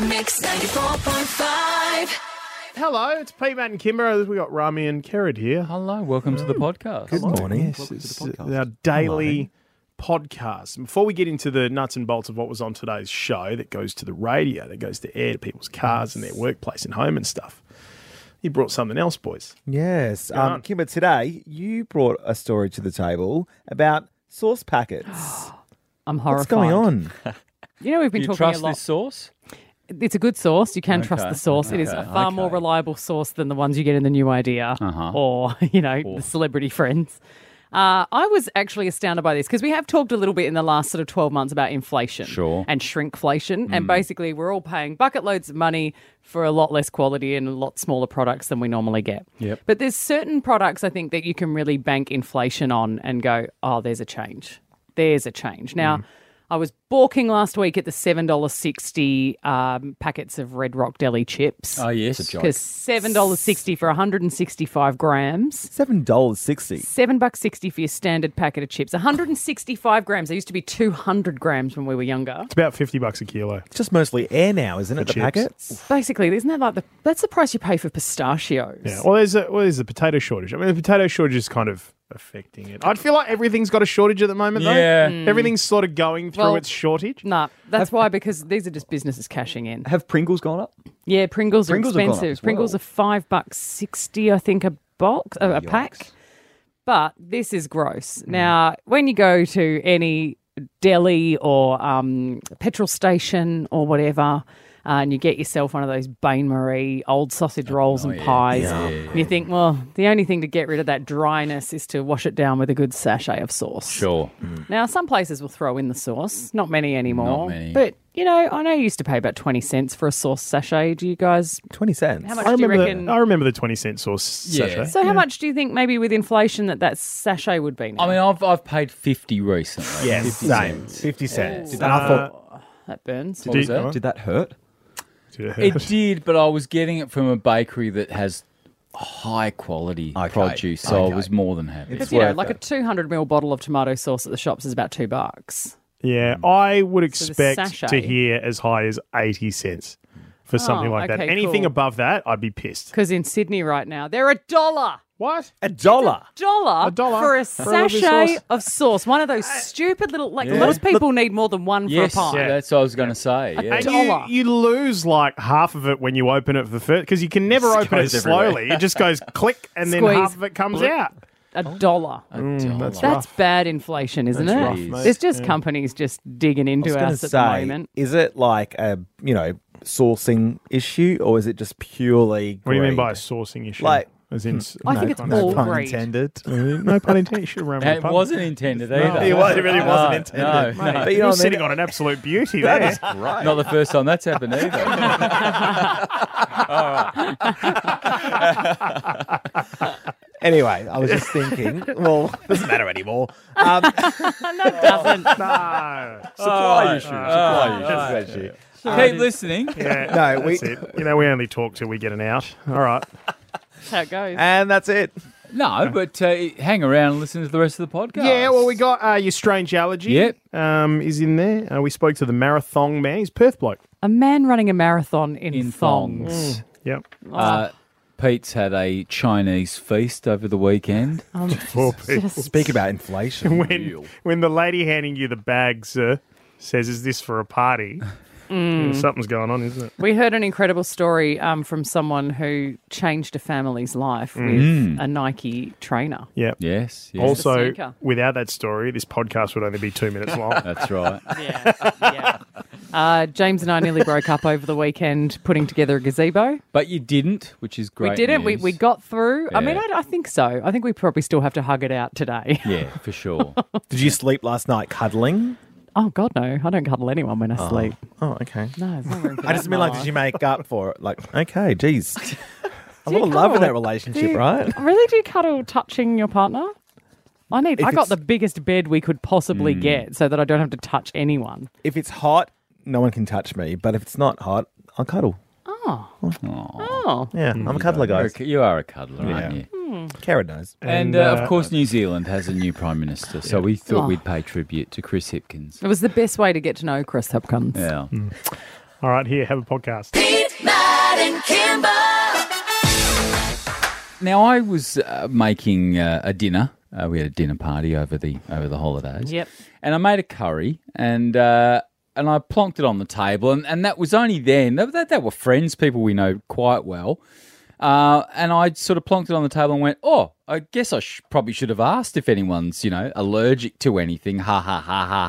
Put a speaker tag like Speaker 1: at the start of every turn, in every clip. Speaker 1: Mix 94.5.
Speaker 2: Hello, it's Pete, Matt, and Kimber. We got Rami and Kerrod here.
Speaker 3: Hello, welcome to the podcast.
Speaker 4: morning. uh,
Speaker 2: Yes, it's our daily podcast. And Before we get into the nuts and bolts of what was on today's show, that goes to the radio, that goes to air to people's cars and their workplace and home and stuff. You brought something else, boys.
Speaker 4: Yes.
Speaker 2: on.
Speaker 4: Um, Kimber, today you brought a story to the table about sauce packets.
Speaker 5: I'm horrified.
Speaker 4: What's going on?
Speaker 5: You know, we've
Speaker 3: Do
Speaker 5: been
Speaker 3: you
Speaker 5: talking
Speaker 3: trust
Speaker 5: a lot.
Speaker 3: this source?
Speaker 5: It's a good source. You can trust
Speaker 3: Okay,
Speaker 5: the source. It is a
Speaker 3: okay,
Speaker 5: far more
Speaker 3: okay.
Speaker 5: reliable source than the ones you get in the new idea
Speaker 3: Uh-huh.
Speaker 5: or, you know, the celebrity friends. Uh, I was actually astounded by this because we have talked a little bit in the last sort of 12 months about inflation
Speaker 3: Sure. Mm.
Speaker 5: and shrinkflation. And basically, we're all paying bucket loads of money for a lot less quality and a lot smaller products than we normally get.
Speaker 3: Yep.
Speaker 5: But there's certain products I think that you can really bank inflation on and go, oh, there's a change. There's a change. Now,
Speaker 4: Mm.
Speaker 5: I was balking last week at the $7.60 um, packets of Red Rock Deli chips.
Speaker 3: Oh, yes. It's a
Speaker 5: Because $7.60 for 165 grams.
Speaker 4: Seven dollars sixty.
Speaker 5: Seven bucks sixty for your standard packet of chips. 165 grams. They used to be 200 grams when we were younger.
Speaker 2: It's about 50 bucks a kilo.
Speaker 4: It's just mostly air now, isn't it? The
Speaker 2: chips.
Speaker 4: packets.
Speaker 5: Basically, isn't that like the that's the price you pay for pistachios?
Speaker 2: Yeah. Well, there's a, well, there's a potato shortage. I mean, the potato shortage is kind of affecting it. I feel like everything's got a shortage at the moment, though.
Speaker 3: Yeah. Mm.
Speaker 2: Everything's sort of going through
Speaker 5: Well-
Speaker 2: its shortage.
Speaker 5: Nah, that's why because these are just businesses cashing in.
Speaker 6: Have Pringles gone up?
Speaker 5: Yeah, Pringles,
Speaker 6: Pringles
Speaker 5: are
Speaker 6: have gone up
Speaker 5: expensive.
Speaker 6: as
Speaker 5: Pringles
Speaker 6: well.
Speaker 5: are five bucks sixty, I think, a box, a, a pack. But this is
Speaker 3: Mm.
Speaker 5: gross. Now, when you go to any deli or um, petrol station or whatever, uh, and you get yourself one of those Bain Marie old sausage
Speaker 3: Oh,
Speaker 5: rolls and pies, and you think, well, the only thing to get rid of that dryness is to wash it down with a good sachet of sauce.
Speaker 3: Sure.
Speaker 5: Now, some places will throw in the sauce, not many anymore.
Speaker 3: Not many.
Speaker 5: But, you know, I know you used to pay about 20 cents for a sauce sachet. Do you guys
Speaker 4: Twenty cents.
Speaker 5: how much
Speaker 2: I
Speaker 5: do you
Speaker 2: remember,
Speaker 5: reckon?
Speaker 2: the, I remember the 20 cent sauce
Speaker 3: Yeah.
Speaker 2: sachet.
Speaker 5: so, how much do you think maybe with inflation that that sachet would be? Now?
Speaker 3: I mean, I've, I've paid 50 recently.
Speaker 2: Yes,
Speaker 3: 50
Speaker 2: same.
Speaker 3: cents.
Speaker 4: Fifty cents.
Speaker 6: And I thought,
Speaker 5: Uh, that burns.
Speaker 2: Did-
Speaker 3: was that?
Speaker 6: did that hurt?
Speaker 2: Did
Speaker 3: It did, but I was getting it from a bakery that has high quality
Speaker 6: Okay,
Speaker 3: produce, so I
Speaker 6: okay.
Speaker 3: was more than happy.
Speaker 5: Because, you know, like a 200 ml bottle of tomato sauce at the shops is about two bucks.
Speaker 2: Yeah, I would
Speaker 5: So Mm. the
Speaker 2: expect to
Speaker 5: sachet.
Speaker 2: hear as high as 80 cents for something
Speaker 5: Oh,
Speaker 2: like that.
Speaker 5: okay,
Speaker 2: Anything
Speaker 5: cool.
Speaker 2: above that, I'd be pissed.
Speaker 5: Because in Sydney right now, they're a dollar.
Speaker 2: What?
Speaker 4: A dollar.
Speaker 5: Dollar,
Speaker 2: A dollar
Speaker 5: for a
Speaker 2: for a lovely
Speaker 5: sachet
Speaker 2: sauce.
Speaker 5: of sauce. One of those stupid little, like, most people need more than one
Speaker 3: yes,
Speaker 5: for a pie.
Speaker 2: yeah.
Speaker 3: that's what I was going to say. Yeah.
Speaker 2: And
Speaker 5: dollar.
Speaker 2: You, you lose like half of it when you open it for the first because you can never open it
Speaker 6: goes everywhere.
Speaker 2: slowly. it just goes click and then
Speaker 5: Squeeze.
Speaker 2: half of it comes out.
Speaker 5: A dollar.
Speaker 3: Mm, that's
Speaker 5: That's bad inflation, isn't
Speaker 3: That's rough,
Speaker 5: it?
Speaker 3: mate.
Speaker 5: There's just companies just digging
Speaker 4: I was
Speaker 5: into
Speaker 4: going
Speaker 5: us
Speaker 4: to
Speaker 5: at the
Speaker 4: say,
Speaker 5: moment.
Speaker 4: is it like a you know sourcing issue, or is it just purely?
Speaker 2: What do you mean by a
Speaker 4: greed?
Speaker 2: sourcing issue?
Speaker 4: Like- hmm,
Speaker 2: as in,
Speaker 5: I think it's
Speaker 2: pun
Speaker 5: all
Speaker 4: No
Speaker 2: intended.
Speaker 4: pun
Speaker 5: greed.
Speaker 4: intended.
Speaker 2: Uh, no pun intended. You should have run with the
Speaker 3: It
Speaker 2: pun.
Speaker 3: wasn't intended either.
Speaker 2: it was- it
Speaker 4: really
Speaker 3: No,
Speaker 4: wasn't intended.
Speaker 3: No, no.
Speaker 4: But you
Speaker 2: You're
Speaker 4: know what I mean?
Speaker 2: sitting on an absolute beauty there.
Speaker 3: Not the first time that's happened either.
Speaker 4: Anyway, I was just thinking. Well, doesn't matter anymore. Um,
Speaker 3: Uh,
Speaker 2: no.
Speaker 6: Supply issues. Supply issues.
Speaker 3: Keep listening.
Speaker 2: Yeah,
Speaker 4: No, we-
Speaker 2: that's it. You know, we only talk till we get an out. All right.
Speaker 5: That's how it goes.
Speaker 4: and that's it.
Speaker 3: No, but uh, hang around and listen to the rest of the podcast.
Speaker 2: Yeah, well, we got uh, your strange allergy.
Speaker 3: Yep.
Speaker 2: um, is in there. Uh, we spoke to the marathon man. He's Perth bloke.
Speaker 5: A man running a marathon in,
Speaker 3: in
Speaker 5: thongs. Oh,
Speaker 3: thongs.
Speaker 2: Mm. Yep.
Speaker 3: Uh, Pete's had a Chinese feast over the weekend.
Speaker 5: Um,
Speaker 2: Poor people.
Speaker 4: Speak about inflation.
Speaker 2: When, when the lady handing you the bag, sir, says, "Is this for a party?"
Speaker 3: Uh, Mm.
Speaker 2: Yeah, something's going on, isn't it?
Speaker 5: mm. We heard an incredible story um, from someone who changed a family's life
Speaker 2: Mm.
Speaker 5: with a Nike trainer.
Speaker 2: Yeah.
Speaker 3: Mm. Yes, yes.
Speaker 2: Also,
Speaker 5: sneaker.
Speaker 2: without that story, this podcast would only be two minutes long.
Speaker 3: that's right.
Speaker 5: Yeah, yeah. Uh, James and I nearly broke up over the weekend putting together a gazebo.
Speaker 3: But you didn't, which is great.
Speaker 5: we didn't. We,
Speaker 3: news.
Speaker 5: we got through. I mean,
Speaker 3: Yeah.
Speaker 5: I, I think so. I think we probably still have to hug it out today.
Speaker 3: Yeah, for sure.
Speaker 4: Did you sleep last night cuddling?
Speaker 5: Oh, God, no. I don't cuddle anyone when I sleep.
Speaker 4: Oh, okay.
Speaker 5: No, there's no room for
Speaker 4: I
Speaker 5: that
Speaker 4: just
Speaker 5: in
Speaker 4: mean
Speaker 5: my
Speaker 4: like, did
Speaker 5: life.
Speaker 4: you make up for it? Like, okay, geez. A lot of love in that relationship, right?
Speaker 5: Really? Do you cuddle touching your partner? I need.
Speaker 4: If
Speaker 5: I got
Speaker 4: it's- Hmm.
Speaker 5: the biggest bed we could
Speaker 3: Mm.
Speaker 5: possibly get, so that I don't have to touch anyone.
Speaker 4: If it's hot, no one can touch me. But if it's not hot, I'll cuddle.
Speaker 5: Oh, Hmm.
Speaker 4: Yeah, I'm a cuddler,
Speaker 3: Hmm. You're a
Speaker 4: guys.
Speaker 3: cu- you are a cuddler, aren't
Speaker 4: Yeah.
Speaker 3: you?
Speaker 4: Karen knows.
Speaker 3: And,
Speaker 2: And,
Speaker 3: uh,
Speaker 2: uh,
Speaker 3: of course, New Zealand has a new prime minister, so we thought
Speaker 5: Oh.
Speaker 3: we'd pay tribute to Chris Hipkins.
Speaker 4: Mm.
Speaker 5: it was the best way to get to know Chris Hopkins.
Speaker 3: Yeah,
Speaker 7: All right, here, have a podcast.
Speaker 1: Pete, Matt, and Kimber.
Speaker 3: Now I was uh, making uh, a dinner. Uh, we had a dinner party over the over the holidays.
Speaker 5: Yep.
Speaker 3: And I made a curry and uh, and I plonked it on the table and, and that was only then. That, that, that were friends, people we know quite well. Uh, and I sort of plonked it on the table and went, "Oh, I guess I sh- probably should have asked if anyone's, you know, allergic to anything." Ha ha ha ha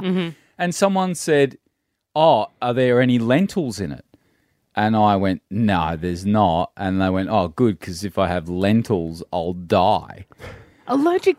Speaker 3: ha. And someone said, "Oh, are there any lentils in it?" And I went, no, there's not. And they went, oh, good, because if I have lentils, I'll die.
Speaker 5: Allergic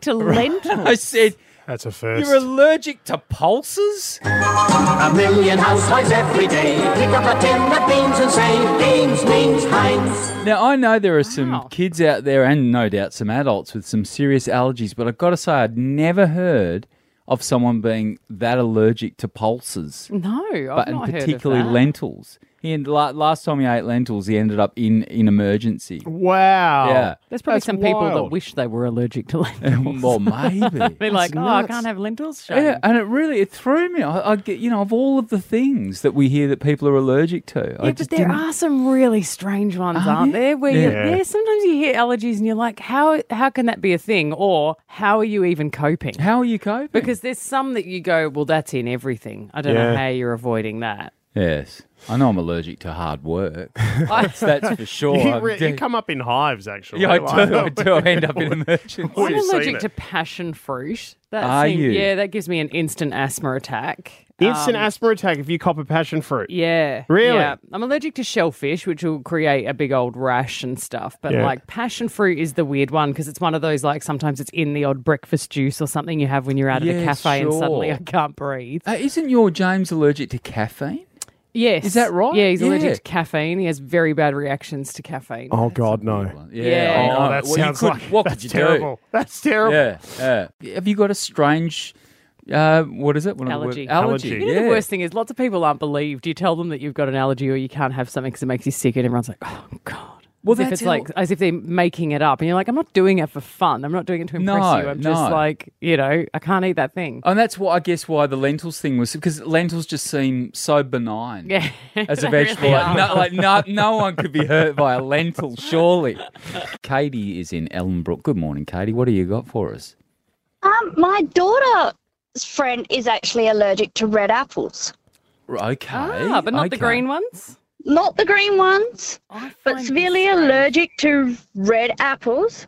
Speaker 5: to lentils.
Speaker 3: I said,
Speaker 7: That's a 1st
Speaker 3: you're allergic to pulses?
Speaker 8: A million housewives every day pick up a tin of beans and say, beans means Heinz.
Speaker 3: Now, I know there are some
Speaker 5: Wow.
Speaker 3: kids out there and no doubt some adults with some serious allergies, but I've got to say, I'd never heard of someone being that allergic to pulses,
Speaker 5: no, I've
Speaker 3: but and
Speaker 5: not
Speaker 3: particularly
Speaker 5: heard of that.
Speaker 3: lentils. He and la- last time he ate lentils, he ended up in, in emergency.
Speaker 2: Wow.
Speaker 3: Yeah.
Speaker 5: There's probably
Speaker 2: That's
Speaker 5: some people that
Speaker 2: wild.
Speaker 5: wish they were allergic to lentils.
Speaker 3: Well, maybe.
Speaker 5: They're like, oh, I
Speaker 2: nuts.
Speaker 5: can't have lentils. Shame.
Speaker 3: Yeah, and it really it threw me. I, I get you know of all of the things that we hear that people are allergic to. I
Speaker 5: Yeah, but
Speaker 3: just
Speaker 5: there
Speaker 3: didn't-
Speaker 5: are some really strange ones, aren't there? Where you,
Speaker 7: Yeah.
Speaker 5: there, sometimes you hear allergies and you're like, how how can that be a thing? Or how are you even coping?
Speaker 3: How are you coping?
Speaker 5: Because there's some that you go, well, that's in everything. I don't know
Speaker 2: Yeah.
Speaker 5: how you're avoiding that.
Speaker 3: yes, I know I'm allergic to hard work. that's, that's for sure.
Speaker 2: You,
Speaker 3: I'm
Speaker 2: re- you
Speaker 3: de-
Speaker 2: come up in hives, actually.
Speaker 3: yeah, I
Speaker 2: Like-
Speaker 3: do. I do. I end up in emergency.
Speaker 5: I'm
Speaker 2: you've seen
Speaker 5: allergic
Speaker 2: it.
Speaker 5: to passion fruit. That
Speaker 3: Are
Speaker 5: seems-
Speaker 3: you?
Speaker 5: Yeah, that gives me an instant asthma attack. Um,
Speaker 2: Instant asthma attack if you cop a passion fruit.
Speaker 5: Yeah.
Speaker 2: Really?
Speaker 5: Yeah. I'm allergic to shellfish, which will create a big old rash and stuff. But
Speaker 2: Yeah.
Speaker 5: like passion fruit is the weird one because it's one of those like sometimes it's in the odd breakfast juice or something you have when you're out at
Speaker 3: Yeah,
Speaker 5: a cafe and suddenly
Speaker 3: sure.
Speaker 5: I can't breathe.
Speaker 3: Uh, isn't your James allergic to caffeine?
Speaker 5: Yes.
Speaker 3: Is that right?
Speaker 5: Yeah, he's allergic
Speaker 3: Yeah.
Speaker 5: to caffeine. He has very bad reactions to caffeine.
Speaker 2: Oh, God, no.
Speaker 3: Yeah.
Speaker 5: Yeah.
Speaker 3: I
Speaker 7: Oh,
Speaker 3: know.
Speaker 7: that
Speaker 3: Well, you
Speaker 7: sounds
Speaker 3: could-
Speaker 7: like
Speaker 3: what
Speaker 7: that's
Speaker 3: could you
Speaker 7: terrible.
Speaker 2: That's terrible.
Speaker 3: do? Yeah, yeah. Have you got a strange? Uh, what is it? One of the word-
Speaker 5: Allergy.
Speaker 3: Allergy.
Speaker 7: Allergy.
Speaker 5: You know
Speaker 3: yeah.
Speaker 5: the worst thing is lots of people aren't believed. You tell them that you've got an allergy or you can't have something because it makes you sick, and everyone's like, "Oh God."
Speaker 3: Well,
Speaker 5: as if
Speaker 3: that's
Speaker 5: it's like as if they're making it up, and you're like, "I'm not doing it for fun. I'm not doing it to impress
Speaker 3: No,
Speaker 5: you. I'm just
Speaker 3: no.
Speaker 5: like, you know, I can't eat that thing."
Speaker 3: And that's what I guess why the lentils thing was because lentils just seem so benign
Speaker 5: Yeah,
Speaker 3: as a vegetable. like, no, like no, no one could be hurt by a lentil, surely. Katie is in Ellenbrook. Good morning, Katie. What do you got for us?
Speaker 9: Um, my daughter's friend is actually allergic to red apples.
Speaker 3: R- Okay,
Speaker 5: Ah, but not the
Speaker 3: okay.
Speaker 5: green ones.
Speaker 9: Not the green ones, but severely allergic to red apples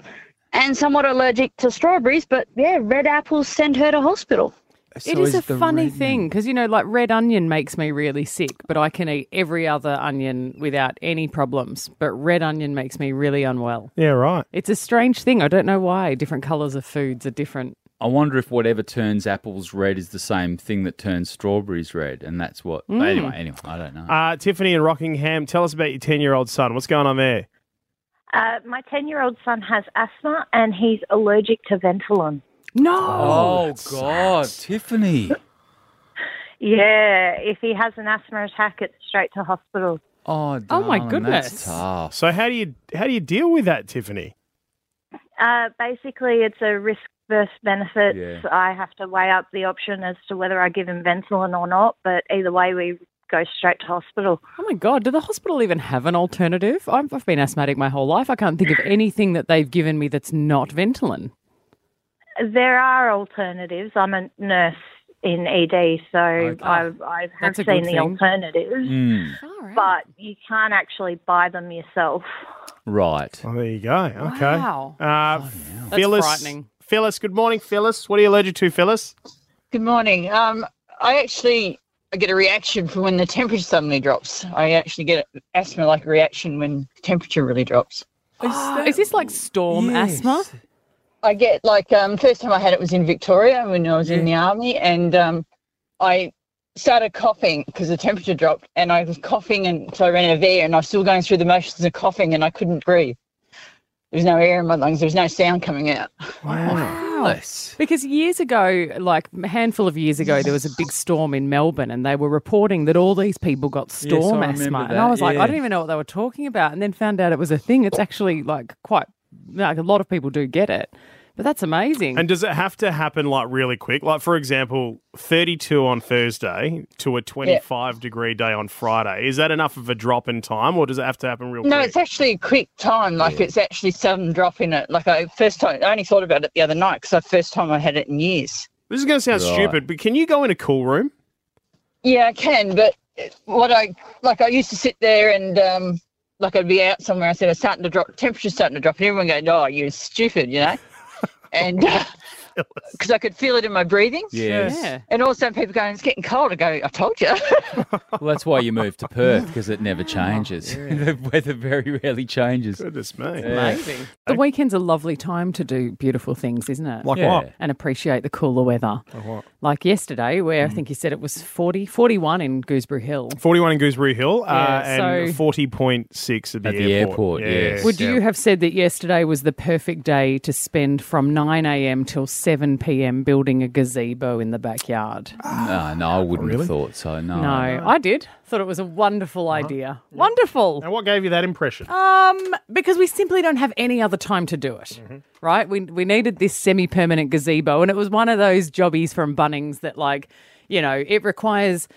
Speaker 9: and somewhat allergic to strawberries. But yeah, red apples send her to hospital.
Speaker 3: So
Speaker 5: it is, a
Speaker 3: the
Speaker 5: funny
Speaker 3: red-
Speaker 5: thing because you know, like red onion makes me really sick, but I can eat every other onion without any problems. But red onion makes me really unwell.
Speaker 2: Yeah, right.
Speaker 5: It's a strange thing. I don't know why different colours of foods are different.
Speaker 3: I wonder if whatever turns apples red is the same thing that turns strawberries red, and that's what. Anyway, anyway, I don't know.
Speaker 2: Uh, Tiffany in Rockingham, tell us about your 10 year old son. What's going on there?
Speaker 10: Uh, my 10 year old son has asthma and he's allergic to Ventolin.
Speaker 5: No.
Speaker 3: oh God, Tiffany.
Speaker 10: Yeah, if he has an asthma attack, it's straight to hospital.
Speaker 3: Oh, darling,
Speaker 5: Oh, my
Speaker 3: That's
Speaker 5: goodness.
Speaker 3: tough.
Speaker 2: So how do you how do you deal with that, Tiffany?
Speaker 10: Uh, basically, it's a risk versus benefit.
Speaker 3: Yeah.
Speaker 10: I have to weigh up the option as to whether I give him Ventolin or not, but either way, we go straight to hospital.
Speaker 5: Oh my God, do the hospital even have an alternative? I've, I've been asthmatic my whole life. I can't think of anything that they've given me that's not Ventolin.
Speaker 10: There are alternatives. I'm a nurse in ED, so I, I have
Speaker 5: That's a
Speaker 10: seen
Speaker 5: good
Speaker 10: the
Speaker 5: thing.
Speaker 10: alternatives,
Speaker 3: Mm,
Speaker 10: but you can't actually buy them yourself.
Speaker 3: right.
Speaker 2: Oh, there you go. Okay.
Speaker 5: Wow.
Speaker 2: Uh,
Speaker 5: That's
Speaker 2: Phyllis,
Speaker 5: frightening.
Speaker 2: Phyllis, good morning, Phyllis. What are you allergic to, Phyllis?
Speaker 11: Good morning. Um, I actually I get a reaction from when the temperature suddenly drops. I actually get asthma like reaction when temperature really drops.
Speaker 5: Is this like storm asthma?
Speaker 11: I get like um, first time I had it was in Victoria when I was in the army, and um, I started coughing because the temperature dropped, and I was coughing, and so I ran out of air, and I was still going through the motions of coughing, and I couldn't breathe. There was no air in my lungs. There was no sound coming out.
Speaker 3: Phyllis.
Speaker 5: Because years ago, like a handful of years ago, there was a big storm in Melbourne and they were reporting that all these people got
Speaker 3: Yes, I
Speaker 5: storm
Speaker 3: remember
Speaker 5: asthma. And
Speaker 3: that,
Speaker 5: I was like,
Speaker 3: yeah.
Speaker 5: I didn't even know what they were talking about. And then found out it was a thing. It's actually like quite, like a lot of people do get it. But that's amazing.
Speaker 2: And does it have to happen like really quick? Like for example, 32 on Thursday to a 25 degree day on Friday. Is that enough of a drop in time or does it have to happen real
Speaker 11: No,
Speaker 2: quick?
Speaker 11: it's actually a quick time. Like it's actually some drop in it. Like I first time, I only thought about it the other night because the first time I had it in years.
Speaker 2: This is going to sound
Speaker 11: Right.
Speaker 2: stupid, but can you go in a cool room?
Speaker 11: Yeah, I can, but what I like, I used to sit there and um, like I'd be out somewhere. I said, "It's starting to drop. Temperature's starting to drop," and everyone going, "Oh, you're stupid," you know, and because I could feel it in my breathing.
Speaker 3: Yes. Yeah.
Speaker 11: And also people going, "It's getting cold." I go, "I told you."
Speaker 3: Well, that's why you moved to Perth because it never changes. the weather very rarely changes.
Speaker 2: Goodness me.
Speaker 5: Amazing. The weekend's a lovely time to do beautiful things, isn't it?
Speaker 3: Like Yeah. what?
Speaker 5: And appreciate the cooler weather. Like yesterday, where I
Speaker 3: Mm.
Speaker 5: think you said it was 40, 41 in Gooseberry Hill.
Speaker 2: 41 in Gooseberry Hill uh,
Speaker 5: Yeah,
Speaker 2: and 40.6 at the
Speaker 3: At the airport,
Speaker 2: airport.
Speaker 3: yes.
Speaker 5: Would you have said that yesterday was the perfect day to spend from 9 a.m. till 7 p.m. building a gazebo in the backyard?
Speaker 3: No, no, I wouldn't have thought so. No.
Speaker 5: no, I did. Thought it was a wonderful idea. Wonderful.
Speaker 2: Uh-huh. And what gave you that impression?
Speaker 5: Um, because we simply don't have any other time to do it, right? We we needed this semi-permanent gazebo, and it was one of those jobbies from Bunnings that, like, you know, it requires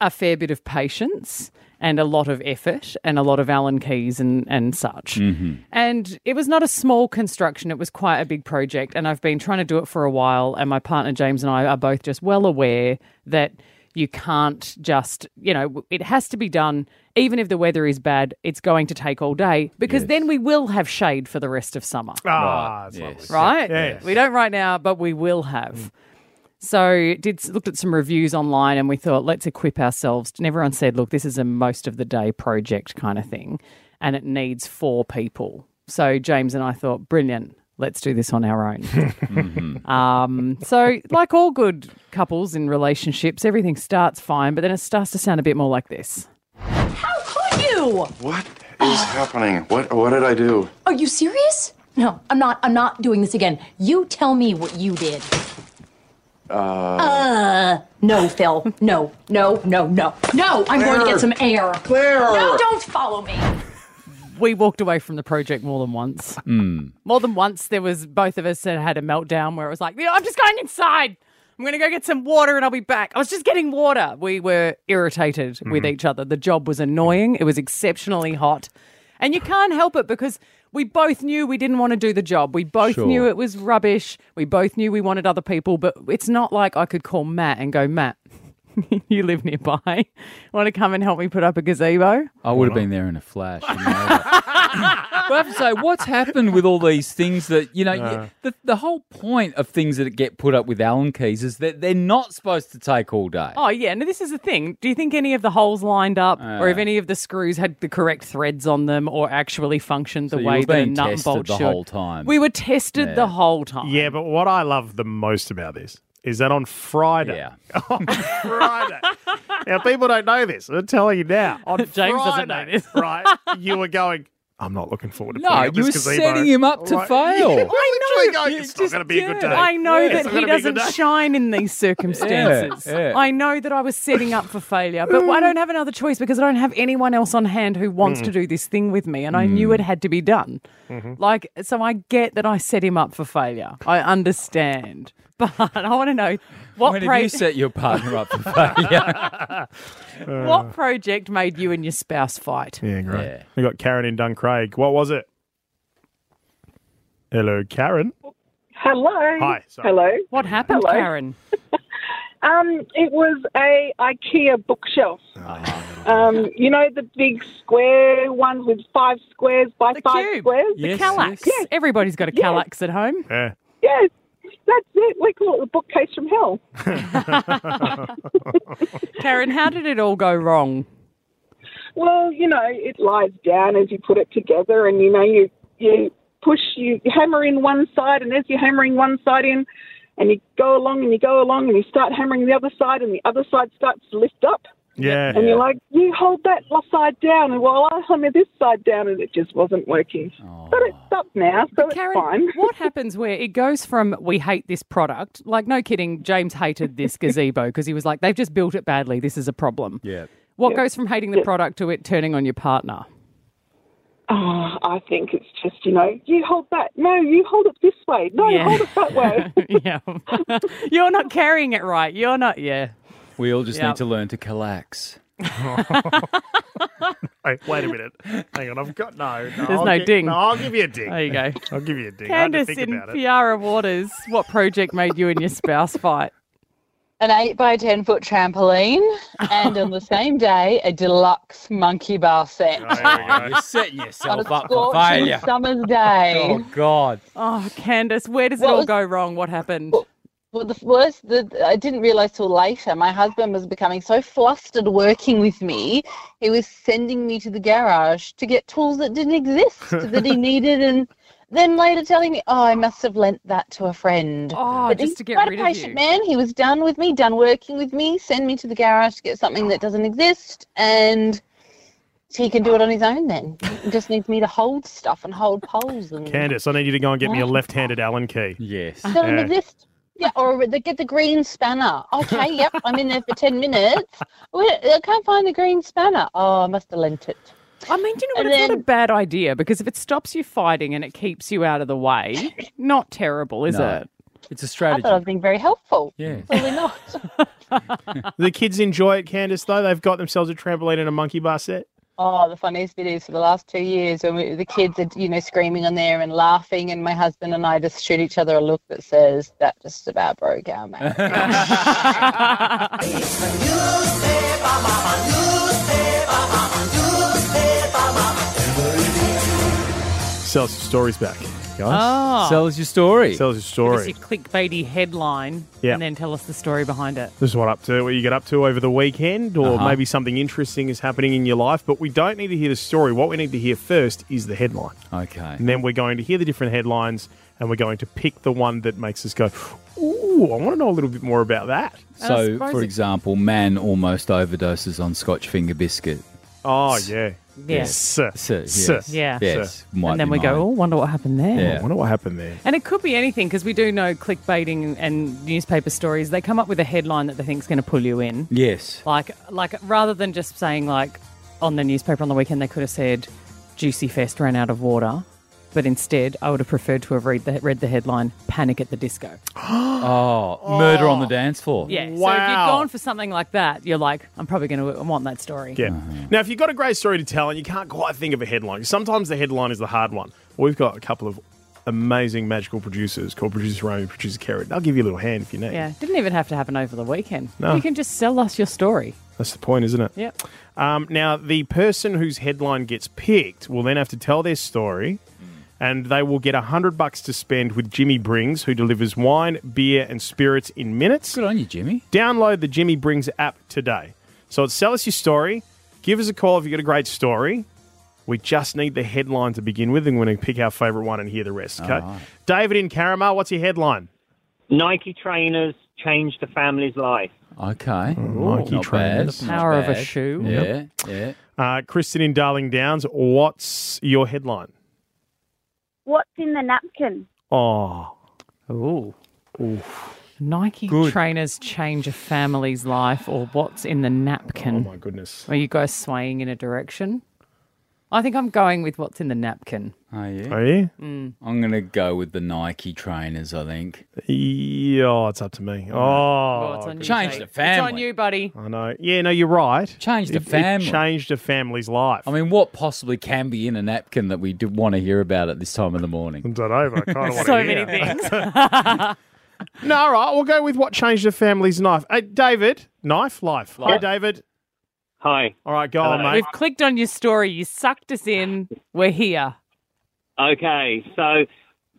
Speaker 5: a fair bit of patience and a lot of effort and a lot of Allen keys and and such.
Speaker 3: Mm-hmm.
Speaker 5: And it was not a small construction, it was quite a big project. And I've been trying to do it for a while. And my partner James and I are both just well aware that you can't just, you know, it has to be done. Even if the weather is bad, it's going to take all day because then we will have shade for the rest of summer.
Speaker 2: Ah, that's lovely.
Speaker 5: Right?
Speaker 2: Yes.
Speaker 5: We don't right now, but we will have. So did looked at some reviews online and we thought let's equip ourselves. And everyone said, look, this is a most of the day project kind of thing, and it needs four people. So James and I thought, brilliant, let's do this on our own. um, so like all good couples in relationships, everything starts fine, but then it starts to sound a bit more like this.
Speaker 1: How could you?
Speaker 12: What is happening? What what did I do?
Speaker 1: Are you serious? No, I'm not. I'm not doing this again. You tell me what you did.
Speaker 12: Uh,
Speaker 1: Uh, no, Phil. No, no, no, no, no. I'm going to
Speaker 5: Claire.
Speaker 1: get some air.
Speaker 5: Claire.
Speaker 1: No, don't follow me.
Speaker 5: We walked away from the project more than once.
Speaker 3: Mm.
Speaker 5: More than once, there was both of us that had a meltdown where it was like, you know, I'm just going inside. I'm going to go get some water and I'll be back. I was just getting water. We were irritated with each other. The job was annoying. It was exceptionally hot. And you can't help it because we both knew we didn't want to do the job. We both
Speaker 3: Sure.
Speaker 5: knew it was rubbish. We both knew we wanted other people, but it's not like I could call Matt and go, Matt, you live nearby. Want to come and help me put up a gazebo?
Speaker 3: I would have been there in a flash. you know, but- but I have to say, what's happened with all these things that, you know, you-
Speaker 2: Yeah.
Speaker 3: the, the whole point of things that get put up with Allen keys is that they're not supposed to take all day.
Speaker 5: Oh yeah, no, this is the thing. Do you think any of the holes lined up, or if
Speaker 3: Uh.
Speaker 5: any of the screws had the correct threads on them, or actually functioned the
Speaker 3: So you
Speaker 5: way
Speaker 3: were
Speaker 5: that a
Speaker 3: being
Speaker 5: nut and
Speaker 3: tested
Speaker 5: bolt
Speaker 3: the
Speaker 5: should?
Speaker 3: whole time.
Speaker 5: We were tested the whole time.
Speaker 2: Yeah, but what I love the most about this is that on Friday, Friday. now people don't know this. I'm telling you now. On
Speaker 5: James
Speaker 2: Friday,
Speaker 5: doesn't know this.
Speaker 2: right? You were going. I'm not looking forward to
Speaker 5: No,
Speaker 2: putting up
Speaker 5: you
Speaker 2: this
Speaker 5: were
Speaker 2: gazebo."
Speaker 5: setting him up to
Speaker 2: Right.
Speaker 5: fail.
Speaker 2: Yeah,
Speaker 5: I
Speaker 2: I
Speaker 5: know.
Speaker 2: know. Going,
Speaker 5: You
Speaker 2: it's not going to be a good day.
Speaker 5: I know
Speaker 2: It's
Speaker 5: that
Speaker 2: not
Speaker 5: he
Speaker 2: gonna be a good
Speaker 5: doesn't
Speaker 2: day.
Speaker 5: shine in these circumstances.
Speaker 2: Yeah, yeah.
Speaker 5: I know that I was setting up for failure, but I don't have another choice because I don't have anyone else on hand who wants
Speaker 1: Mm.
Speaker 5: to do this thing with me, and
Speaker 3: Mm.
Speaker 5: I knew it had to be done.
Speaker 11: Mm-hmm.
Speaker 5: Like, so I get that I set him up for failure. I understand. But I want to know what
Speaker 3: when
Speaker 5: pro-
Speaker 3: have you set your partner up for failure?
Speaker 5: what project made you and your spouse fight?
Speaker 2: Yeah, great. We got Karen in Duncraig. What was it? Hello, Karen.
Speaker 13: Hello.
Speaker 2: Hi, sorry.
Speaker 13: Hello.
Speaker 5: What happened, Karen?
Speaker 13: um, it was a IKEA bookshelf.
Speaker 2: Ah,
Speaker 13: Um, you know the big square ones with five squares by five squares.
Speaker 5: The Kallax. Everybody's got a Kallax at home.
Speaker 2: Yeah.
Speaker 13: Yes, that's it. We call it the bookcase from hell.
Speaker 5: Karen, how did it all go wrong?
Speaker 13: Well, you know it lies down as you put it together, and you know you you push you hammer in one side, and as you're hammering one side in, and you go along and you go along and you start hammering the other side, and the other side starts to lift up.
Speaker 2: Yeah.
Speaker 13: And you're like, you hold that side down, and while I hammer this side down, and it just wasn't working. But it's up now, so
Speaker 5: Karen,
Speaker 13: it's fine.
Speaker 5: what happens where it goes from we hate this product, like no kidding, James hated this gazebo because he was like, they've just built it badly. This is a problem.
Speaker 3: Yeah.
Speaker 5: What
Speaker 13: Yeah.
Speaker 5: goes from hating the
Speaker 13: Yeah.
Speaker 5: product to it turning on your partner?
Speaker 13: Oh, I think it's just, you know, you hold that. No, you hold it this way. No,
Speaker 5: Yeah.
Speaker 13: hold it that way.
Speaker 5: yeah. You're not carrying it right. You're not, yeah.
Speaker 3: We all just
Speaker 5: Yep.
Speaker 3: need to learn to chillax.
Speaker 2: Hey, wait a minute. Hang on, I've got no. no
Speaker 5: There's
Speaker 2: I'll
Speaker 5: no
Speaker 2: gi-
Speaker 5: ding.
Speaker 2: No, I'll give you a ding.
Speaker 5: There you go.
Speaker 2: I'll give you a ding. I had to
Speaker 5: Candace
Speaker 2: think
Speaker 5: in
Speaker 2: about it.
Speaker 5: Piara Waters, what project made you and your spouse fight?
Speaker 11: An 8 by 10 foot trampoline, and on the same day, a deluxe monkey bar
Speaker 3: Oh,
Speaker 11: set.
Speaker 3: You're setting
Speaker 11: on a
Speaker 3: yourself up for
Speaker 11: scorching
Speaker 3: failure.
Speaker 11: summer's day.
Speaker 3: Oh God!
Speaker 5: Oh, Candace, where does it
Speaker 11: What
Speaker 5: all
Speaker 11: was-
Speaker 5: go wrong? What happened?
Speaker 11: Well, the worst, the, I didn't realise till later, my husband was becoming so flustered working with me, he was sending me to the garage to get tools that didn't exist that he needed, and then later telling me, oh, I must have lent that to a friend.
Speaker 5: Oh,
Speaker 11: But
Speaker 5: just
Speaker 11: he's
Speaker 5: to get
Speaker 11: quite
Speaker 5: rid
Speaker 11: a
Speaker 5: of
Speaker 11: patient
Speaker 5: you.
Speaker 11: man. He was done with me, done working with me, send me to the garage to get something that doesn't exist, and he can do it on his own then. He just needs me to hold stuff and hold poles and
Speaker 2: Candace, I need you to go and get me a left-handed Allen key.
Speaker 3: Yes.
Speaker 11: doesn't exist. Yeah, or they get the green spanner. Okay, yep, I'm in there for 10 minutes. Wait, I can't find the green spanner. Oh, I must have lent it.
Speaker 5: I mean, do you know what?
Speaker 11: And
Speaker 5: it's not a
Speaker 11: then-
Speaker 5: bad idea because if it stops you fighting and it keeps you out of the way, not terrible, is
Speaker 3: No.
Speaker 5: it?
Speaker 3: It's a
Speaker 11: I
Speaker 3: strategy.
Speaker 11: thought I was being very helpful.
Speaker 3: Yeah.
Speaker 11: Probably not.
Speaker 2: The kids enjoy it, Candace. Though they've got themselves a trampoline and a monkey bar set.
Speaker 11: Oh, the funniest bit is for the last two years when we, the kids are, you know, screaming on there and laughing, and my husband and I just shoot each other a look that says, that just about broke our marriage.
Speaker 2: Sell some stories back.
Speaker 5: Ah. Sell us
Speaker 3: your story.
Speaker 2: Sell us your
Speaker 5: Give us
Speaker 2: story.
Speaker 5: your clickbaity headline
Speaker 2: Yeah.
Speaker 5: and then tell us the story behind it.
Speaker 2: This is what up to what you get up to over the weekend, or
Speaker 5: Uh-huh.
Speaker 2: maybe something interesting is happening in your life. But we don't need to hear the story. What we need to hear first is the headline.
Speaker 3: Okay.
Speaker 2: And then we're going to hear the different headlines, and we're going to pick the one that makes us go, "Ooh, I want to know a little bit more about that."
Speaker 3: So, for example, man almost overdoses on Scotch finger biscuit.
Speaker 2: Oh yeah.
Speaker 5: Yes.
Speaker 2: Yes.
Speaker 3: So, yes.
Speaker 5: Sir. Yeah.
Speaker 3: Yes.
Speaker 5: Sir. And then we go, "Oh, wonder what happened there."
Speaker 3: Yeah.
Speaker 2: wonder what happened there.
Speaker 5: And it could be anything because we do know clickbaiting and newspaper stories. They come up with a headline that they think is going to pull you in.
Speaker 3: Yes.
Speaker 5: Like, like rather than just saying like on the newspaper on the weekend, they could have said "Juicy Fest ran out of water," but instead, I would have preferred to have read the read the headline "Panic at the Disco."
Speaker 3: oh, murder on the dance floor.
Speaker 5: Yeah. So if you're
Speaker 2: Wow.
Speaker 5: going for something like that, you're like, I'm probably going to want that story.
Speaker 2: Yeah. Now, if you've got a great story to tell and you can't quite think of a headline, sometimes the headline is the hard one. We've got a couple of amazing magical producers called producer Romy, producer Kerry. They'll give you a little hand if you need.
Speaker 5: Yeah. Didn't even have to happen over the weekend.
Speaker 2: No.
Speaker 5: You can just sell us your story.
Speaker 2: That's the point, isn't it?
Speaker 5: Yep.
Speaker 2: Um, now, the person whose headline gets picked will then have to tell their story, and they will get a hundred bucks to spend with Jimmy Brings, who delivers wine, beer, and spirits in minutes. Good
Speaker 3: on you, Jimmy.
Speaker 2: Download the Jimmy Brings app today. So, it's sell us your story. Give us a call if you've got a great story. We just need the headline to begin with, and we're going to pick our favourite one and hear the rest. Okay.
Speaker 14: Alright.
Speaker 2: David in Caramel, what's your headline?
Speaker 14: Nike trainers changed a family's life.
Speaker 3: Okay.
Speaker 2: Nike
Speaker 3: Not bad.
Speaker 2: trainers.
Speaker 3: Not
Speaker 5: Power of a
Speaker 3: bad.
Speaker 5: shoe.
Speaker 3: Yeah.
Speaker 2: Yep.
Speaker 3: Yeah.
Speaker 2: Uh, Kristen in Darling Downs, what's your headline?
Speaker 15: What's in the napkin?
Speaker 2: Oh.
Speaker 5: Ooh. Nike trainers change a family's life, or what's in the napkin? Oh my
Speaker 2: goodness!
Speaker 5: Are you guys swaying in a direction? I think I'm going with what's in the napkin.
Speaker 3: Are you?
Speaker 2: Are you?
Speaker 5: Mm.
Speaker 3: I'm going to go with the Nike trainers, I think.
Speaker 2: Yeah, oh, it's up to me. Oh,
Speaker 5: it's on you,
Speaker 3: Change
Speaker 5: mate.
Speaker 3: the
Speaker 5: It's on
Speaker 3: family.
Speaker 5: you, buddy.
Speaker 2: I know. Yeah, no, you're right.
Speaker 3: Changed
Speaker 2: It-
Speaker 3: a family.
Speaker 2: It changed a family's life.
Speaker 3: I mean, what possibly can be in a napkin that we do want to hear about at this time of the morning? I
Speaker 2: don't know, but I kinda wanna
Speaker 5: So many things.
Speaker 2: no, all right, we'll go with what changed a family's life. Hey, David, knife life. Hi,
Speaker 5: Life.
Speaker 2: David.
Speaker 14: Hi.
Speaker 2: All right, go on, mate.
Speaker 5: We've clicked on your story. You sucked us in. We're here.
Speaker 14: Okay, so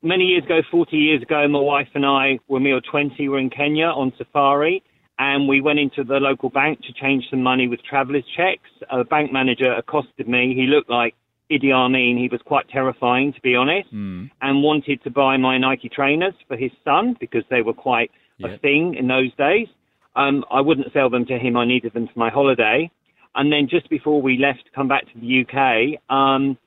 Speaker 14: many years ago, 40 years ago, my wife and I, when we were 20, we were in Kenya on safari, and we went into the local bank to change some money with traveller's checks. A bank manager accosted me. He looked like Idi Amin. He was quite terrifying, to be honest, and wanted to buy my Nike trainers for his son because they were quite a thing in those days. Um, I wouldn't sell them to him. I needed them for my holiday. And then just before we left to come back to the UK, um,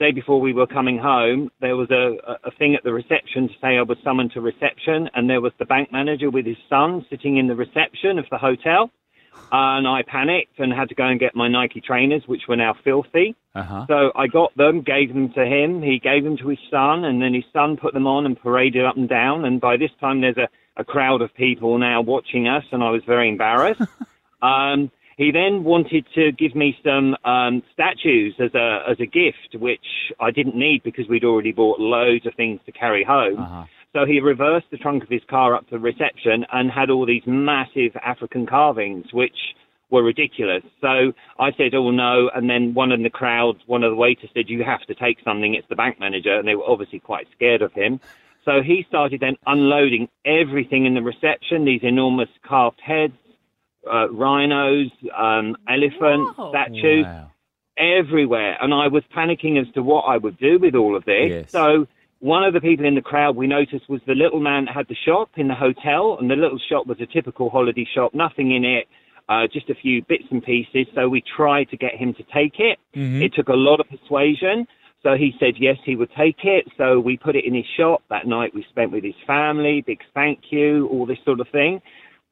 Speaker 14: day before we were coming home, there was a, a- a thing at the reception to say I was summoned to reception, and there was the bank manager with his son sitting in the reception of the hotel. And I panicked and had to go and get my Nike trainers, which were now filthy.
Speaker 3: Uh-huh.
Speaker 14: So I got them, gave them to him. He gave them to his son, and then his son put them on and paraded up and down. And by this time, there's a, a crowd of people now watching us, and I was very embarrassed. um, he then wanted to give me some um, statues as a as a gift, which I didn't need because we'd already bought loads of things to carry home.
Speaker 3: Uh-huh.
Speaker 14: So he reversed the trunk of his car up to reception and had all these massive African carvings, which were ridiculous. So I said, "Oh no!" And then one in the crowd, one of the waiters said, "You have to take something. It's the bank manager," and they were obviously quite scared of him. So he started then unloading everything in the reception: these enormous carved heads, uh, rhinos, um, elephants, statues, everywhere. And I was panicking as to what I would do with all of this.
Speaker 16: Yes.
Speaker 14: So one of the people in the crowd we noticed was the little man that had the shop in the hotel, and the little shop was a typical holiday shop, nothing in it, uh, just a few bits and pieces. So we tried to get him to take it.
Speaker 8: Mm-hmm.
Speaker 3: Mm-hmm.
Speaker 16: Mhm.
Speaker 14: It took a lot of persuasion. So he said yes, he would take it. So we put it in his shop. That night we spent with his family, big thank you, all this sort of thing.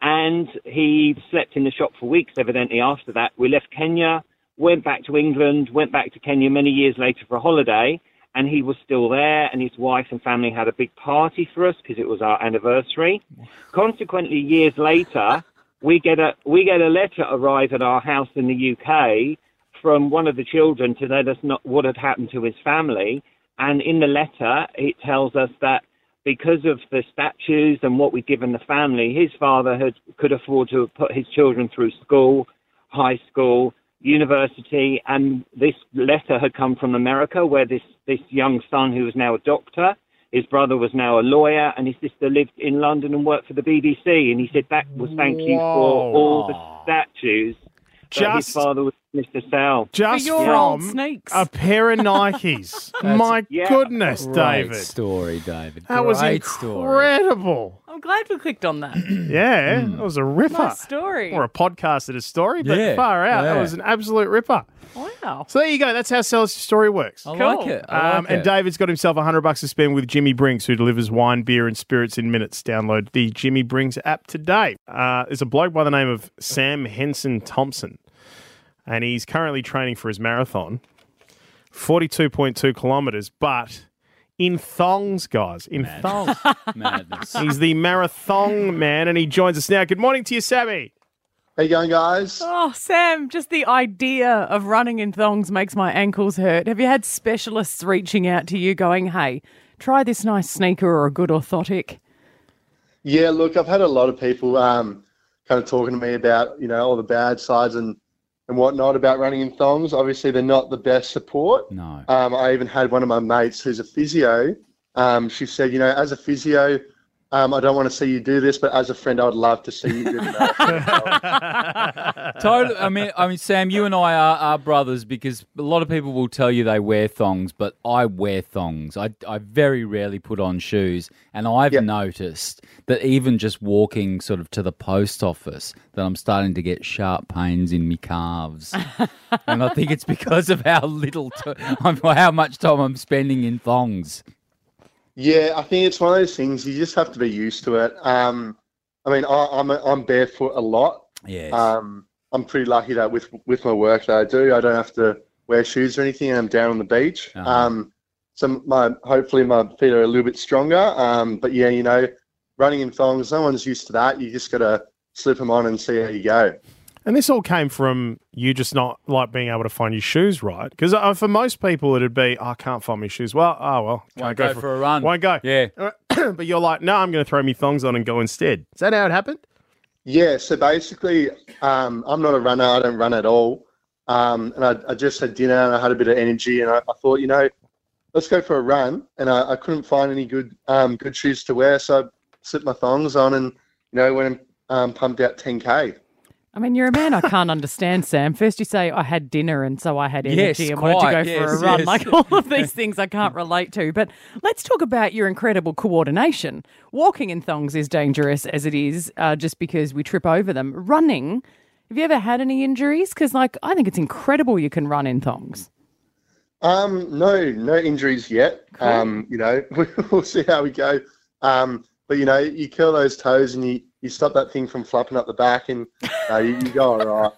Speaker 14: And he slept in the shop for weeks, evidently, after that. We left Kenya, went back to England, went back to Kenya many years later for a holiday, and he was still there. And his wife and family had a big party for us because it was our anniversary. Consequently, years later, we get a we get a letter arrive at our house in the UK from one of the children to let us know what had happened to his family. And in the letter, it tells us that because of the statues and what we'd given the family, his father had, could afford to have put his children through school, high school, university. And this letter had come from America, where this, this young son, who was now a doctor, his brother was now a lawyer, and his sister lived in London and worked for the BBC. And he said that was thank you for
Speaker 2: Whoa.
Speaker 14: all the statues. that his
Speaker 2: Just-
Speaker 14: father was Mr. Sal.
Speaker 2: Just from a pair of Nikes. My goodness,
Speaker 3: Great
Speaker 2: David.
Speaker 3: story, David.
Speaker 2: That was
Speaker 3: Great story.
Speaker 2: incredible.
Speaker 5: I'm glad we clicked on that.
Speaker 2: Yeah, that was a ripper.
Speaker 5: Nice story.
Speaker 2: Or a podcast at a story, but
Speaker 5: Hmm. Yeah,
Speaker 2: far out.
Speaker 5: yeah.
Speaker 2: That was an absolute ripper.
Speaker 5: Wow.
Speaker 2: So there you go. That's how Sell Us Your Story works. Um,
Speaker 3: I like Cool. it. I like
Speaker 2: and
Speaker 3: it.
Speaker 2: David's got himself 100 bucks to spend with Jimmy Brinks, who delivers wine, beer, and spirits in minutes. Download the Jimmy Brinks app today. Uh, there's a bloke by the name of Sam Henson Thompson, and he's currently training for his marathon, 42.2 kilometres, but in thongs, guys, in thongs.
Speaker 3: Madness.
Speaker 2: He's the marathon man, and he joins us now. Good morning to you, Sammy.
Speaker 17: How you going, guys?
Speaker 5: Oh, Sam, just the idea of running in thongs makes my ankles hurt. Have you had specialists reaching out to you going, hey, try this nice sneaker or a good orthotic?
Speaker 17: Yeah, look, I've had a lot of people um, kind of talking to me about you know all the bad sides and and whatnot about running in thongs. Obviously, they're not the best support.
Speaker 3: No.
Speaker 17: Um, I even had one of my mates who's a physio. Um, she said, you know, as a physio, um, I don't want to see you do this, but as a friend, I would love to see you do that.
Speaker 3: totally. I mean, I mean, Sam, you and I are, are brothers because a lot of people will tell you they wear thongs, but I wear thongs. I, I very rarely put on shoes, and I've noticed that even just walking sort of to the post office, that I'm starting to get sharp pains in me calves, and I think it's because of how little, t- I'm, how much time I'm spending in thongs.
Speaker 17: Yeah, I think it's one of those things you just have to be used to it. Um, I mean, I, I'm I'm barefoot a lot.
Speaker 3: Yes.
Speaker 17: Um, I'm pretty lucky that with with my work that I do, I don't have to wear shoes or anything, and I'm down on the beach. Um, so my hopefully my feet are a little bit stronger. Um, but yeah, you know, running in thongs, no one's used to that. You just gotta slip them on and see how you go.
Speaker 2: And this all came from you just not like being able to find your shoes right. Because uh, for most people, it'd be, "Oh, I can't find my shoes. Well, oh, well.
Speaker 3: Won't
Speaker 2: Can't
Speaker 3: go for a run.
Speaker 2: Won't go.
Speaker 3: Yeah.
Speaker 2: but you're like, no, I'm going to throw me thongs on and go instead. Is that how it happened?
Speaker 17: Yeah, so basically, um, I'm not a runner. I don't run at all. Um, and I, I just had dinner and I had a bit of energy and I, I thought, you know, let's go for a run. And I, I couldn't find any good um, good shoes to wear, so I slipped my thongs on and you know went and um, pumped out 10k.
Speaker 5: I mean, you're a man I can't understand, Sam. First, you say, I had dinner and so I had
Speaker 17: Yes,
Speaker 5: energy and wanted to
Speaker 17: quite.
Speaker 5: go for a
Speaker 17: Yes,
Speaker 5: run.
Speaker 17: yes.
Speaker 5: Like all of these things I can't relate to. But let's talk about your incredible coordination. Walking in thongs is dangerous as it is uh, just because we trip over them. Running, have you ever had any injuries? Because, like, I think it's incredible you can run in thongs.
Speaker 17: Um, no, no injuries yet. Um, you know, we'll see how we go. Um, but you know, you curl those toes and you you stop that thing from flapping up the back, and uh, you, you go all right.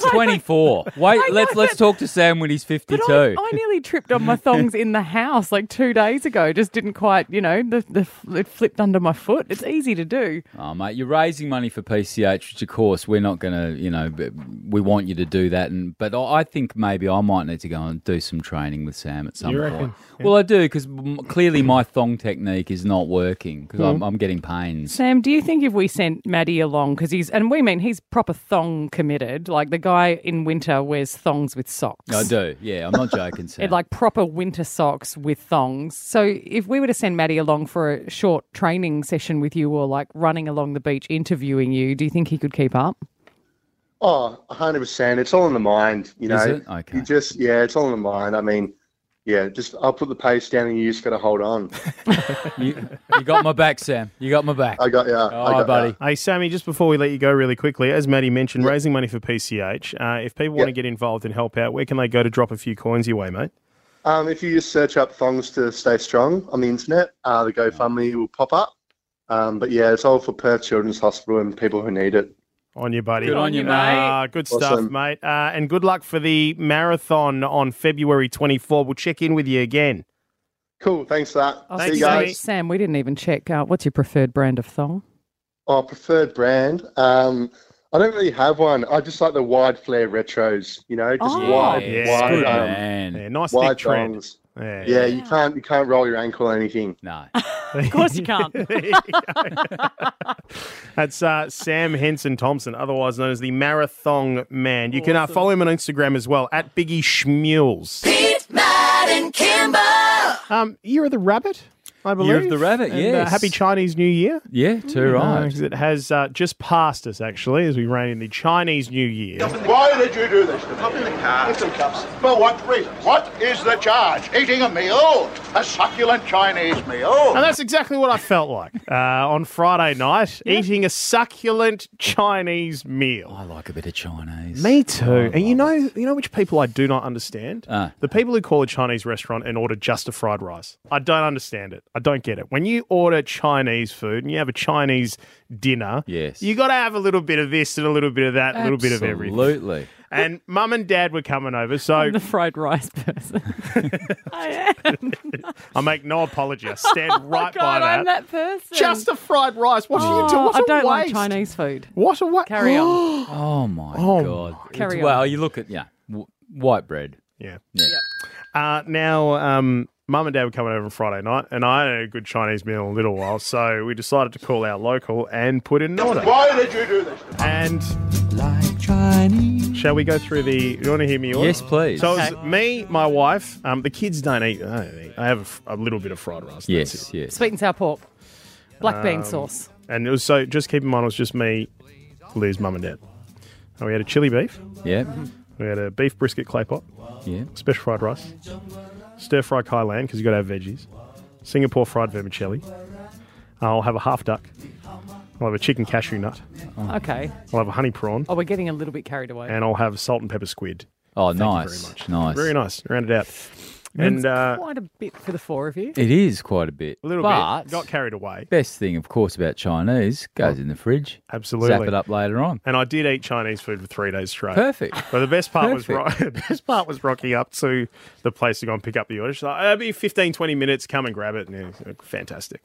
Speaker 3: 24. Wait, let's let's talk to Sam when he's 52.
Speaker 5: I nearly tripped on my thongs in the house like two days ago. Just didn't quite, you know, the, the it flipped under my foot. It's easy to do.
Speaker 3: Oh, mate, you're raising money for PCH, which of course we're not going to, you know, b- we want you to do that. And but I I think maybe I might need to go and do some training with Sam at some
Speaker 5: You
Speaker 3: point.
Speaker 5: reckon? Yeah.
Speaker 3: Well, I do because clearly my thong technique is not working because I'm,
Speaker 5: Mm.
Speaker 3: I'm getting pains.
Speaker 5: Sam, do you think if we sent Maddie along because he's and we mean he's proper thong committed, like the guy in winter wears thongs with socks.
Speaker 3: I do. Yeah, I'm not joking, Sam.
Speaker 5: It, like proper winter socks with thongs. So if we were to send Maddie along for a short training session with you or like running along the beach interviewing you, do you think he could keep up?
Speaker 17: Oh, 100 percent. It's all in the mind, you know.
Speaker 3: Is it? Okay.
Speaker 17: You just yeah, it's all in the mind. I mean, yeah, just I'll put the pace down, and you just got to hold on.
Speaker 3: you, you got my back, Sam. You got my back.
Speaker 17: I got yeah.
Speaker 3: All right, buddy.
Speaker 2: Hey, Sammy, just before we let you go really quickly, as Maddie mentioned, raising money for PCH. Uh, if people want to get involved and help out, where can they go to drop a few coins your way, mate?
Speaker 17: Um, if you just search up thongs to stay strong on the internet, uh, the GoFundMe will pop up. Um, but yeah, it's all for Perth Children's Hospital and people who need it.
Speaker 2: On you, buddy.
Speaker 17: Good on you, mate.
Speaker 2: Uh, good stuff,
Speaker 17: Awesome.
Speaker 2: mate. Uh, and good luck for the marathon on February 24. We'll check in with you again.
Speaker 17: Cool. Thanks for that.
Speaker 5: Oh,
Speaker 17: See you
Speaker 5: Sam,
Speaker 17: guys.
Speaker 5: Sam, we didn't even check. Uh, what's your preferred brand of thong?
Speaker 17: Oh, preferred brand. Um, I don't really have one. I just like the wide flare retros. You know, just
Speaker 2: Oh.
Speaker 17: wide,
Speaker 2: Yeah,
Speaker 17: wide,
Speaker 2: good,
Speaker 17: um,
Speaker 2: man. Yeah, nice
Speaker 17: wide
Speaker 2: thick tread.
Speaker 17: thongs.
Speaker 2: Yeah.
Speaker 17: yeah, you can't you can't roll your ankle or anything.
Speaker 3: No.
Speaker 2: Of
Speaker 5: course you can't.
Speaker 2: That's uh, Sam Henson Thompson, otherwise known as the Marathon Man. You can uh, follow him on Instagram as well, at Biggie Schmules.
Speaker 8: Pete, Matt, and Kimber.
Speaker 2: Um, Year of the Rabbit, I believe.
Speaker 3: Year of the Rabbit,
Speaker 2: And, uh,
Speaker 3: yes. Oh
Speaker 2: happy Chinese New Year.
Speaker 3: Yeah, too right.
Speaker 2: Because it has uh, just passed us, actually, as we ran in the Chinese New Year.
Speaker 16: Why did you do this? Up in the car. Get some cups. For what reason? What is the charge? Eating a meal? A succulent Chinese meal?
Speaker 2: And that's exactly what I felt like uh, on Friday night, eating a succulent Chinese meal.
Speaker 3: I like a bit of Chinese.
Speaker 2: Me
Speaker 5: Oh,
Speaker 2: too. And you know, you know which people I do not understand?
Speaker 5: Uh.
Speaker 3: Ah.
Speaker 2: The people who call a Chinese restaurant and order just a fried rice. I don't understand it. I don't get it. When you order Chinese food and you have a Chinese dinner, yes. you got to have a little bit of this and a little bit of that, a little bit of everything.
Speaker 3: Absolutely.
Speaker 2: And mum and dad were coming over, so
Speaker 5: I'm the fried rice person. I am.
Speaker 2: I make no apology. I stand right
Speaker 5: Oh
Speaker 2: by
Speaker 5: God,
Speaker 2: that.
Speaker 5: I'm that person.
Speaker 2: Just a fried rice. What
Speaker 5: oh,
Speaker 2: are you doing? What
Speaker 5: I
Speaker 2: a
Speaker 5: don't like
Speaker 2: waste.
Speaker 5: Chinese food.
Speaker 2: What a what?
Speaker 5: Carry on.
Speaker 3: Oh my god! It's-
Speaker 5: Carry on.
Speaker 3: Well, you look at yeah, w- white bread.
Speaker 2: Yeah. Uh, now, um, mum and dad were coming over on Friday night, and I had a good Chinese meal in a little while, so we decided to call our local and put in an order.
Speaker 16: Why did you do this?
Speaker 2: And like Chinese. Shall we go through the? You want to hear me? Order?
Speaker 3: Yes, please.
Speaker 2: So it was me, my wife. Um, the kids don't eat. I, don't eat. I have a f- a, little bit of fried rice.
Speaker 3: Yes, yes.
Speaker 5: Sweet and sour pork. Black
Speaker 2: Um,
Speaker 5: bean sauce.
Speaker 2: And it was so. Just keep in mind, it was just me, Liz, mum, and dad. And we had a chili beef.
Speaker 3: Yeah.
Speaker 2: We had a beef brisket clay pot.
Speaker 3: Yeah.
Speaker 2: Special fried rice. Stir fry Kai Lan because you got to have veggies. Singapore fried vermicelli. I'll have a half duck. I'll have a chicken cashew nut.
Speaker 3: Oh.
Speaker 5: Okay.
Speaker 2: I'll have a honey prawn,
Speaker 5: Oh, we're getting a little bit carried away.
Speaker 2: and I'll have salt and pepper squid.
Speaker 3: Oh,
Speaker 2: Thank you very
Speaker 3: nice,
Speaker 2: much.
Speaker 3: nice.
Speaker 2: Very nice. Round it out.
Speaker 5: It's
Speaker 2: And uh,
Speaker 5: quite a bit for the four of you.
Speaker 3: It is quite a bit.
Speaker 2: a little
Speaker 3: but
Speaker 2: bit got carried away.
Speaker 3: Best thing, of course, about Chinese goes in the fridge.
Speaker 2: Absolutely.
Speaker 3: Zap it up later on.
Speaker 2: And I did eat Chinese food for three days straight.
Speaker 3: Perfect.
Speaker 2: But the best part was
Speaker 3: Perfect.
Speaker 2: ro- the best part was rocking up to the place to go and pick up the order. She's like, "Oh, it'll be 15, 20 minutes. Come and grab it. And it's like, fantastic.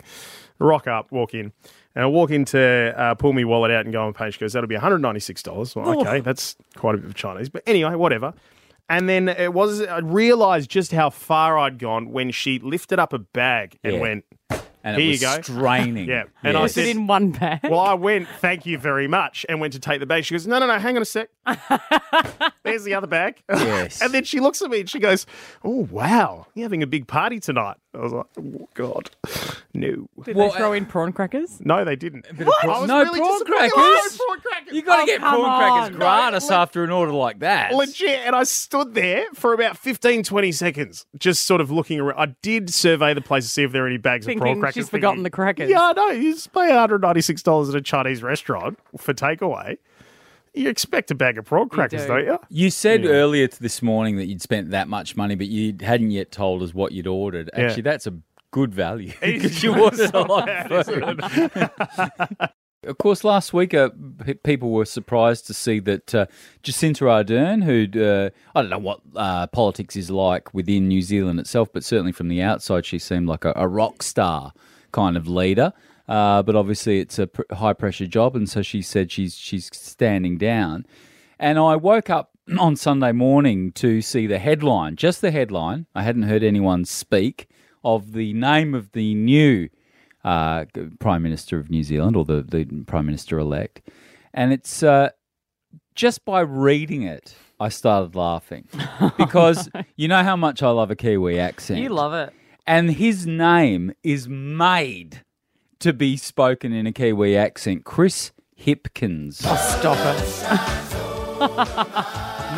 Speaker 2: Rock up, walk in. And I walk in to uh, pull my wallet out and go on pay. She goes, that'll be $196. Well,
Speaker 7: Oh.
Speaker 2: okay, that's quite a bit of Chinese. But anyway, whatever. And then it was, I realized just how far I'd gone when she lifted up a bag and
Speaker 3: Yeah.
Speaker 2: went,
Speaker 3: And it
Speaker 2: here
Speaker 3: was
Speaker 2: you go.
Speaker 3: straining.
Speaker 2: yeah. And I
Speaker 3: Yes.
Speaker 2: said,
Speaker 5: Put in one bag.
Speaker 2: well, I went, thank you very much, and went to take the bag. She goes, no, no, no, hang on a sec. There's the other bag.
Speaker 3: Yes.
Speaker 2: and then she looks at me and she goes, oh, wow, you're having a big party tonight. I was like, oh, God, no.
Speaker 5: Did they throw in prawn crackers?
Speaker 2: No, they didn't. I was
Speaker 3: uh, no
Speaker 2: really
Speaker 3: prawn
Speaker 2: disappointed.
Speaker 3: crackers.
Speaker 2: Oh, no prawn crackers.
Speaker 3: You got to get prawn crackers
Speaker 2: No,
Speaker 3: gratis after an order like that.
Speaker 2: Legit. And I stood there for about 15, 20 seconds, just sort of looking around. I did survey the place to see if there are any bags of prawn
Speaker 5: Thinking
Speaker 2: crackers.
Speaker 5: she's forgotten the crackers.
Speaker 2: Yeah, I know. You just pay $196 at a Chinese restaurant for takeaway. You expect a bag of prawn crackers, do. not you?
Speaker 3: You said earlier to this morning that you'd spent that much money, but you hadn't yet told us what you'd ordered.
Speaker 2: Yeah.
Speaker 3: Actually, that's a good value because you ordered a lot of food. Of course, last week uh, p- people were surprised to see that uh, Jacinta Ardern, who uh, I don't know what uh, politics is like within New Zealand itself, but certainly from the outside, she seemed like a, a rock star kind of leader. Uh, but obviously, it's a pr- high pressure job, and so she said she's she's standing down. And I woke up on Sunday morning to see the headline, just the headline. I hadn't heard anyone speak of the name of the new uh, Prime Minister of New Zealand or the, the Prime Minister elect. And it's uh, just by reading it, I started laughing because you know how much I love a Kiwi accent.
Speaker 5: You love it.
Speaker 3: And his name is made to be spoken in a Kiwi accent Chris Hipkins.
Speaker 5: Oh, Stop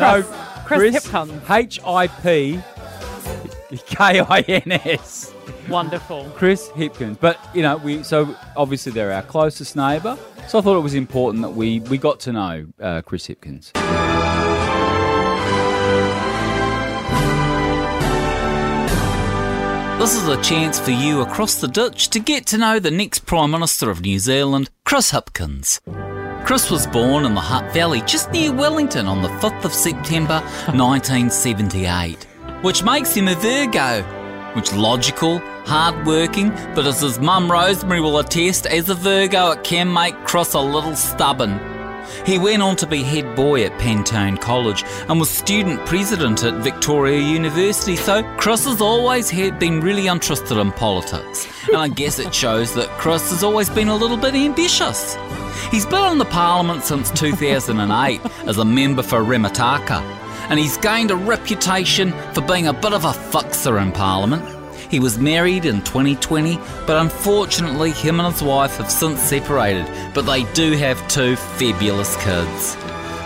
Speaker 5: it.
Speaker 3: No,
Speaker 5: Chris
Speaker 3: Chris
Speaker 5: Hipkins.
Speaker 3: H I P K I N S.
Speaker 5: Wonderful.
Speaker 3: Chris Hipkins. But you know, we so obviously they're our closest neighbour. So I thought it was important that we we got to know uh, Chris Hipkins.
Speaker 18: This is a chance for you across the ditch to get to know the next Prime Minister of New Zealand, Chris Hipkins. Chris was born in the Hutt Valley just near Wellington on the 5th of September 1978, which makes him a Virgo, which logical, hard-working, but as his mum Rosemary will attest, as a Virgo it can make Chris a little stubborn. He went on to be head boy at Pantone College and was student president at Victoria University, so Chris has always had been really interested in politics. And I guess it shows that Chris has always been a little bit ambitious. He's been in the parliament since 2008 as a member for Remataka, and he's gained a reputation for being a bit of a fuxer in parliament. He was married in 2020, but unfortunately, him and his wife have since separated, but they do have two fabulous kids.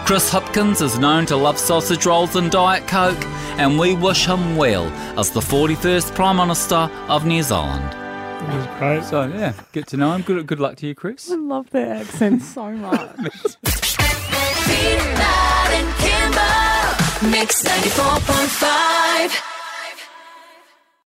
Speaker 18: Chris Hopkins is known to love sausage rolls and Diet Coke, and we wish him well as the 41st Prime Minister of New Zealand.
Speaker 3: So yeah, get to know him. Good good luck to you, Chris.
Speaker 5: I love their accent so much.
Speaker 19: Matt and Kimber, Mix 94.5.